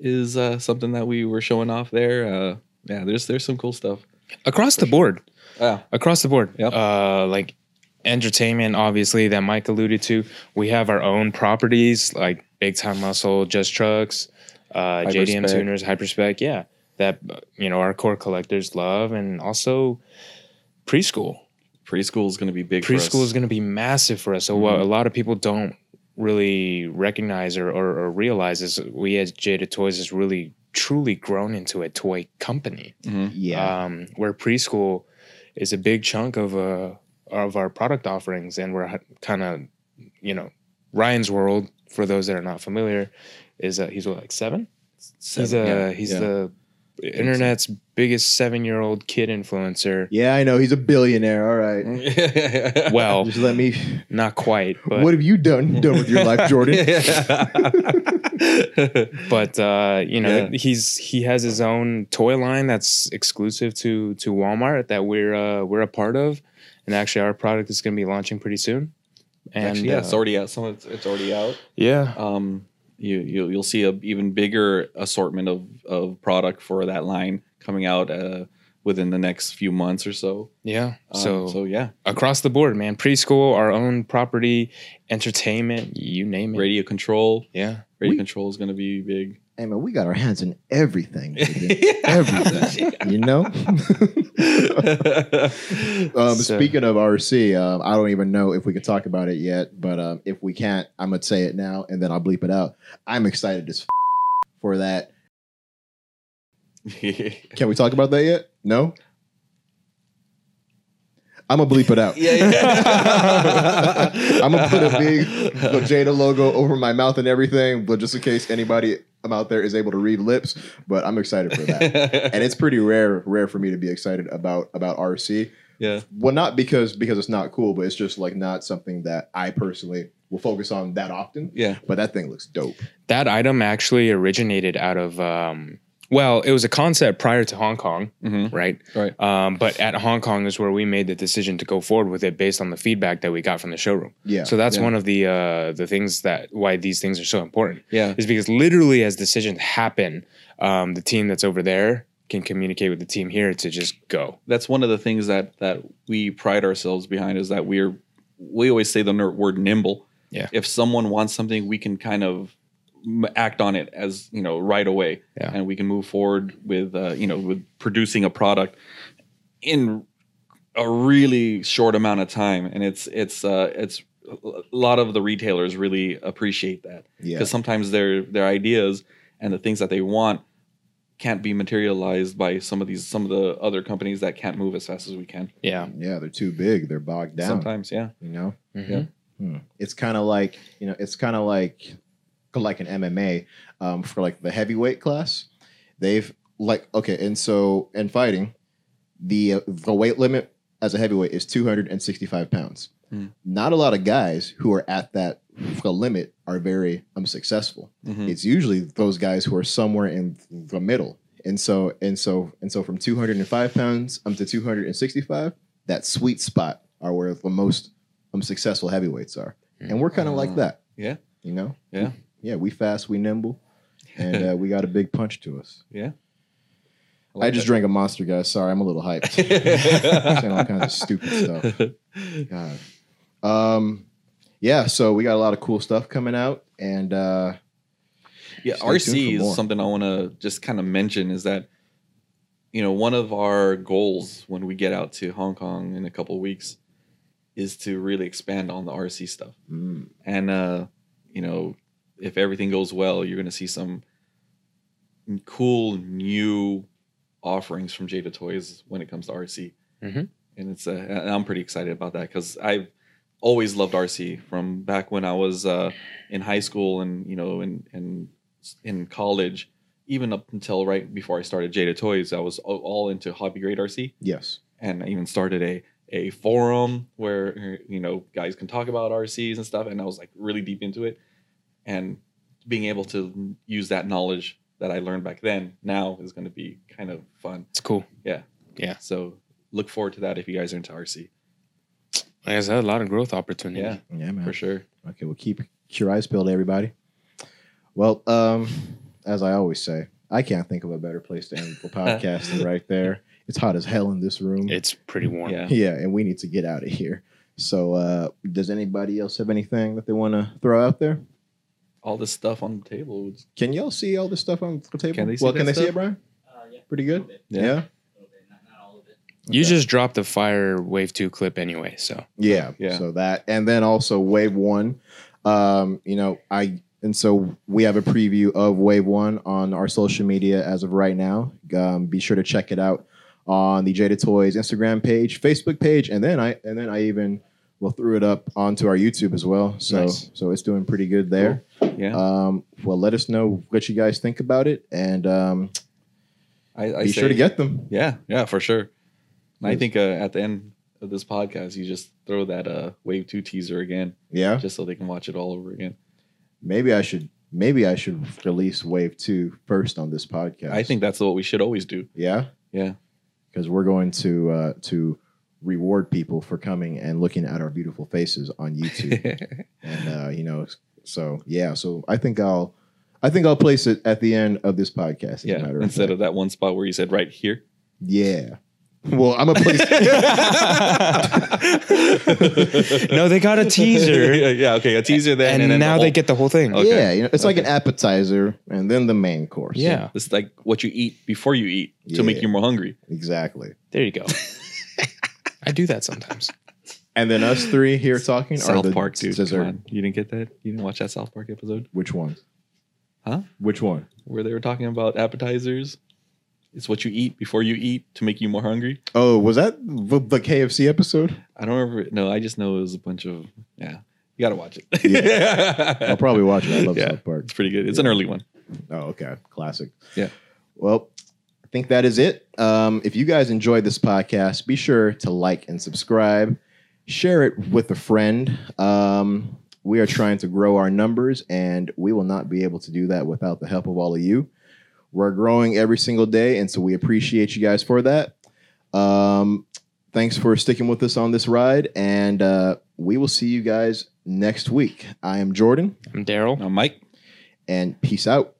is uh, something that we were showing off there. Uh, yeah, there's there's some cool stuff. Across the board. Yeah, across the board. Yep. Uh, like entertainment, obviously, that Mike alluded to. We have our own properties like Big Time Muscle, Just Trucks, uh, JDM Hyperspec. Tuners, Hyperspec. Yeah, that you know our core collectors love, and also preschool. preschool is going to be big. Preschool for is us. Mm-hmm. going to be massive for us. So what a lot of people don't really recognize or, or, or realize is we as Jada Toys has really truly grown into a toy company Mhm. Yeah, um, where preschool is a big chunk of uh, of our product offerings, and we're kind of you know Ryan's World for those that are not familiar is uh, he's what, like seven. he's Seven, uh, yeah, he's yeah. the *laughs* internet's biggest seven year old kid influencer. yeah, I know he's a billionaire. All right, Well, just let me. not quite, but what have you done done with your life, *laughs* Jordan? but uh, you know Yeah. he's he has his own toy line that's exclusive to to Walmart that we're uh, we're a part of, and actually our product is going to be launching pretty soon. And Actually, yeah, uh, it's already out. Some of it's, it's already out. yeah, um, you, you you'll see a even bigger assortment of of product for that line coming out uh, within the next few months or so. yeah. Um, so, so yeah, across the board, man, preschool, our own property, entertainment, you name it. radio control, Yeah, radio We- control is going to be big. hey man, we got our hands in everything. baby. *laughs* everything, you know. Um, So- speaking of RC, um, I don't even know if we can talk about it yet, but um, if we can't, I'm gonna say it now and then I'll bleep it out. I'm excited as f- for that. Can we talk about that yet? No. I'm gonna bleep it out. *laughs* yeah. I'm gonna put *laughs* a big the Jada logo over my mouth and everything, but just in case anybody out there is able to read lips. But I'm excited for that, and it's pretty rare rare for me to be excited about about RC. yeah, well not because because it's not cool but it's just like not something that i personally will focus on that often yeah. but that thing looks dope that item actually originated out of. Um, well, it was a concept prior to Hong Kong, hmm right? Right. Um, but at Hong Kong is where we made the decision to go forward with it based on the feedback that we got from the showroom. yeah So that's yeah. one of the uh, the things that why these things are so important. Yeah. is because literally as decisions happen, um, the team that's over there can communicate with the team here to just go. that's one of the things that that we pride ourselves behind is that we're we always say the ner- word nimble. Yeah. If someone wants something, we can kind of m- act on it as you know right away, Yeah. and we can move forward with uh, you know with producing a product in a really short amount of time, and it's it's uh, it's a lot of the retailers really appreciate that Yeah. because sometimes their their ideas and the things that they want can't be materialized by some of these some of the other companies that can't move as fast as we can. Yeah. Yeah, they're too big. They're bogged down. Sometimes, yeah. You know, Yeah. it's kind of like you know, it's kind of like like an MMA um, for like the heavyweight class. They've like okay, and so in fighting, the uh, the weight limit as a heavyweight is 265 pounds. Mm. Not a lot of guys who are at that limit are very um, successful. *laughs* Mhm. it's usually those guys who are somewhere in the middle. And so and so and so from 205 pounds up to 265, that sweet spot are where the most um, successful heavyweights are. And we're kind of like Mm. that. Uh, Yeah. You know? Yeah. Yeah, we fast, we nimble, *laughs* and uh, we got a big punch to us. I, like that. just drank a monster, guys. Sorry, I'm a little *laughs* hyped. *laughs* saying all kinds of stupid stuff. God. Um, yeah, so we got a lot of cool stuff coming out. And uh, Yeah, Stay tuned for RC more. is something I want to just kind of mention is that, you know, one of our goals when we get out to Hong Kong in a couple of weeks is to really expand on the RC stuff. mm, And, uh, you know, if everything goes well, you're going to see some cool new offerings from Jada Toys when it comes to RC. Mhm. And it's, uh, and I'm pretty excited about that because I've always loved RC from back when I was, uh, in high school and you know in in in college even up until right before I started Jada Toys I was all- all into hobby grade RC yes. and I even started a a forum where you know guys can talk about RCs and stuff and I was like really deep into it and being able to use that knowledge that I learned back then now is going to be kind of fun It's cool. so look forward to that if you guys are into RC Like I said, a lot of growth opportunity. yeah Yeah, man. for sure Okay, well, keep your eyes peeled, everybody. Well, um, as I always say, I can't think of a better place to end the podcast than right there. It's hot as hell in this room. It's pretty warm. yeah yeah, and we need to get out of here. So, uh, does anybody else have anything that they want to throw out there? all this stuff on the table was- Can y'all see all this stuff on the table? Can they see well, that can they see stuff? it, Brian? Uh, yeah. Pretty A little good. bit. Yeah. A little bit. Not, not all of it. You Okay. just dropped the Fire Wave 2 clip anyway. *laughs* So Yeah, Yeah. So that, and then also Wave One. Um, you know, I and so we have a preview of Wave One on our social media as of right now. Um, be sure to check it out on the Jada Toys Instagram page, Facebook page, and then I and then I even well threw it up onto our YouTube as well. So Nice. so it's doing pretty good there. yeah Um, well, let us know what you guys think about it, and um, I, I be sure say- to get them. Yeah, yeah, for sure. And I Yes. think uh, at the end of this podcast, you just throw that uh, Wave Two teaser again, Yeah, just so they can watch it all over again. maybe I should maybe I should release Wave Two first on this podcast. I think that's what we should always do. Yeah. Yeah. because we're going to uh, to reward people for coming and looking at our beautiful faces *laughs* on YouTube, and uh, you know, so yeah, so I think I'll I think I'll place it at the end of this podcast. as a yeah, matter of instead fact. of that one spot where you said right *laughs* here. yeah. Well, I'm *laughs* a place. no, they got a *laughs* teaser, yeah, yeah, okay, a teaser then, and, and, then the now they whole- *laughs* Oh, get the whole thing. Okay. Yeah, you know, it's like an Okay. appetizer and then the main course. Yeah, This is like what you eat before you eat to make Yeah. you more hungry. exactly. *laughs* there you go. I do that sometimes. And then us three here talking are South the Park, dude. dessert. Come on. You didn't get that? You didn't watch that South Park episode Which one? Huh? Which one? where they were talking about appetizers? It's what you eat before you eat to make you more hungry. Oh, was that the, the KFC episode? I don't remember. No, I just know it was a bunch of yeah. You gotta watch it. I'll probably watch it. I love Yeah. South *laughs* Park. It's pretty good. It's an early one. Oh, okay. Classic. Yeah. Well, I think that is it. Um, if you guys enjoyed this podcast, be sure to like and subscribe, share it with a friend. Um, we are trying to grow our numbers, and we will not be able to do that without the help of all of you. We're growing every single day, and so we appreciate you guys for that. Um, thanks for sticking with us on this ride, and uh, we will see you guys next week. I am Jordan, I'm Daryl. Now, Mike. and peace out.